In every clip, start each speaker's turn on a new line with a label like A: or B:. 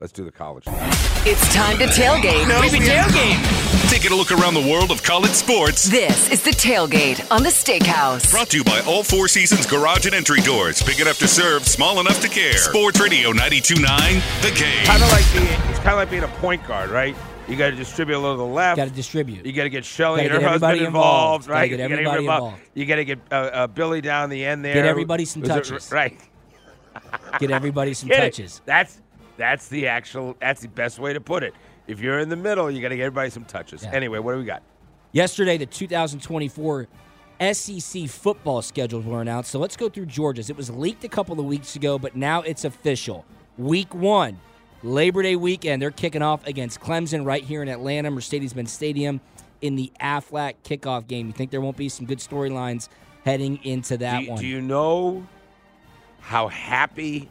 A: Let's do the college.
B: It's time to tailgate.
C: Baby tailgate.
D: Taking a look around the world of college sports.
B: This is the tailgate on the Steakhouse.
D: Brought to you by All Four Seasons Garage and Entry Doors. Big enough to serve, small enough to care. Sports Radio 92.9, The Game.
A: Kind of like the, it's kind of like being a point guard, right? You got to distribute a little to the left.
E: Got to distribute.
A: You got to get Shelly and
E: Gotta
A: her
E: get
A: husband
E: everybody
A: involved,
E: involved.
A: right? You
E: Gotta get
A: gotta
E: everybody
A: involved.
E: involved.
A: You got to get uh, uh, Billy down the end there.
E: Get everybody some
A: Who's it-
E: touches.
A: right?
E: Get everybody some
A: Get it.
E: touches.
A: That's that's the actual. That's the best way to put it. If you're in the middle, you got to get everybody some touches.
E: Yeah.
A: Anyway, what do we got?
E: Yesterday, the 2024 SEC E football schedules were announced. So let's go through Georgia's. It was leaked a couple of weeks ago, but now it's official. Week one, Labor Day weekend, they're kicking off against Clemson right here in Atlanta, Mercedes Benz Stadium, in the Aflac kickoff game. You think there won't be some good storylines heading into that
A: do, you-
E: one?
A: do you know how happy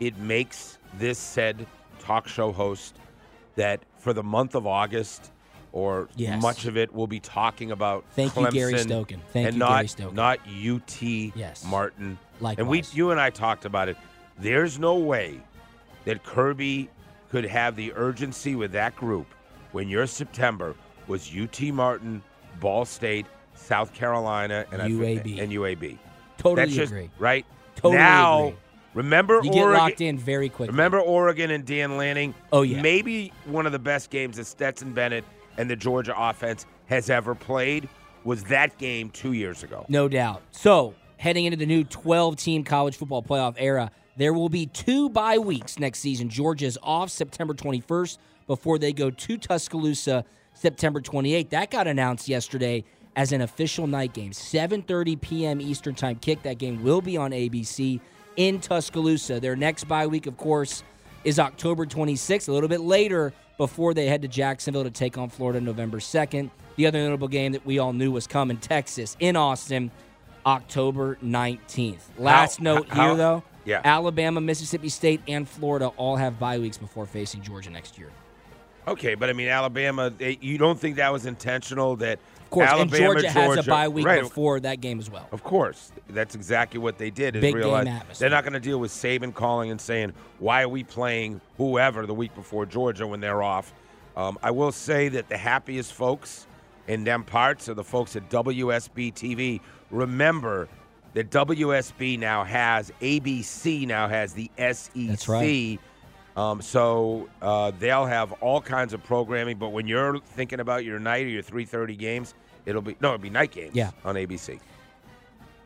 A: it makes this said talk show host that for the month of August or
E: Yes.
A: much of it we'll be talking about
E: Thank you, Gary
A: Clemson
E: Stokin. Thank
A: and
E: you,
A: not
E: Gary Stokin.
A: not UT
E: Yes.
A: Martin. And we
E: Likewise.
A: you and I talked about it. There's no way that Kirby could have the urgency with that group when your September was UT Martin, Ball State, South Carolina, and I thi-
E: UAB.
A: and UAB.
E: totally
A: That's just
E: agree.
A: right.
E: Totally
A: now,
E: agree.
A: remember
E: You get
A: Oregon.
E: locked in very quickly.
A: Remember Oregon and Dan Lanning.
E: Oh, yeah.
A: Maybe one of the best games that Stetson Bennett and the Georgia offense has ever played was that game two years ago.
E: No doubt. So, heading into the new 12 team college football playoff era, there will be two bye weeks next season. Georgia is off September 21st before they go to Tuscaloosa September 28th. That got announced yesterday as an official night game. 7:30 p.m. Eastern Time kick. That game will be on ABC in Tuscaloosa. Their next bye week, of course, is October 26th, a little bit later before they head to Jacksonville to take on Florida November 2nd. The other notable game that we all knew was coming, Texas in Austin, October 19th. Last
A: How-
E: note
A: how-
E: here, though
A: yeah.
E: Alabama, Mississippi State, and Florida all have bye weeks before facing Georgia next year.
A: Okay, but I mean Alabama. They, you don't think that was intentional? That
E: Of course,
A: Alabama,
E: and Georgia, has a
A: Georgia-
E: bye week
A: right,
E: before that game as well.
A: Of course, that's exactly what they did. Is
E: Big game
A: realize
E: atmosphere.
A: they're not going to deal with Saban calling and saying, "Why are we playing whoever the week before Georgia when they're off?" Um, I will say that the happiest folks in them parts are the folks at WSB TV. Remember that WSB now has ABC now has the SEC.
E: That's right.
A: Um, so uh, they'll have all kinds of programming, but when you're thinking about your night or your 3:30 games, it'll be no, it'll be night games
E: Yeah.
A: on ABC.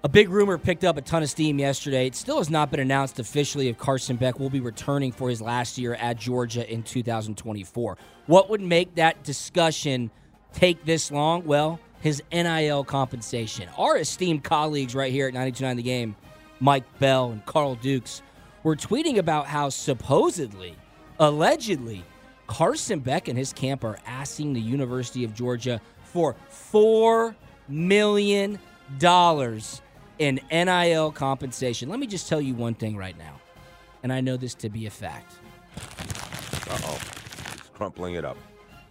E: A big rumor picked up a ton of steam yesterday. It still has not been announced officially if Carson Beck will be returning for his last year at Georgia in 2024. What would make that discussion take this long? Well, his NIL compensation. Our esteemed colleagues right here at 929 The Game, Mike Bell and Carl Dukes, were tweeting about how supposedly, allegedly, Carson Beck and his camp are asking the University of Georgia for $4 million in NIL compensation. Let me just tell you one thing right now, and I know this to be a fact
A: Uh-oh. He's crumpling it up.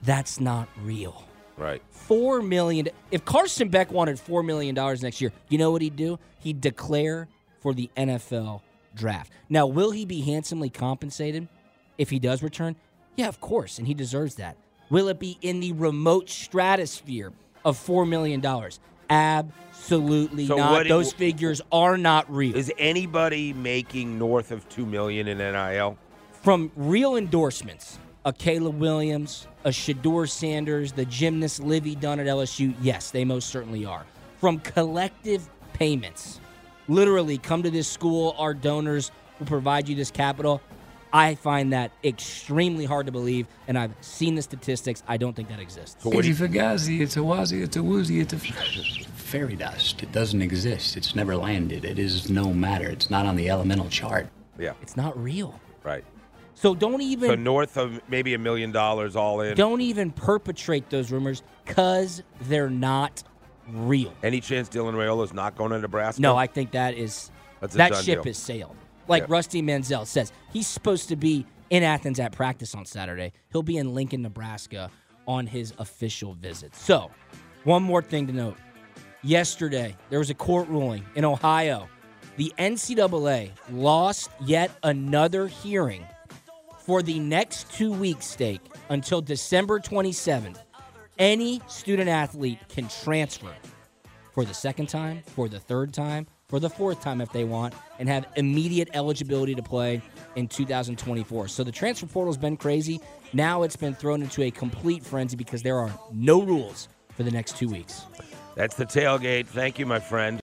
E: that's not real.
A: Right.
E: Four million. If Carson Beck wanted four million dollars next year, you know what he'd do? He'd declare for the NFL draft. Now, will he be handsomely compensated if he does return? Yeah, of course, and he deserves that. Will it be in the remote stratosphere of four million dollars? Absolutely
A: So what
E: not.
A: it-
E: Those figures are not real.
A: Is anybody making north of two million in NIL?
E: from real endorsements, a Caleb Williams, a Shador Sanders, the gymnast Livy Dunn at LSU, yes, they most certainly are. From collective payments, literally come to this school, our donors will provide you this capital. I find that extremely hard to believe, and I've seen the statistics. I don't think that exists.
A: But what do you-
F: It's a fagazi, it's a wazi, it's a woozy, it's a fairy dust. It doesn't exist. It's never landed. It is no matter. It's not on the elemental chart.
A: yeah,
E: It's not real.
A: right.
E: So don't even
A: So north of maybe a million dollars all in.
E: don't even perpetrate those rumors because they're not real.
A: Any chance Dylan Rayola's not going to Nebraska?
E: No, I think that is
A: That's a
E: that
A: done
E: ship
A: deal.
E: is sailed. Like
A: Yeah.
E: Rusty Manziel says, he's supposed to be in Athens at practice on Saturday. He'll be in Lincoln, Nebraska on his official visit. So, one more thing to note. Yesterday, there was a court ruling in Ohio. The NCAA lost yet another hearing for the next two weeks, Stake, until December 27th, any student athlete can transfer for the second time, for the third time, for the fourth time if they want, and have immediate eligibility to play in 2024. So the transfer portal's been crazy. Now it's been thrown into a complete frenzy because there are no rules for the next two weeks.
A: That's the tailgate. Thank you, my friend.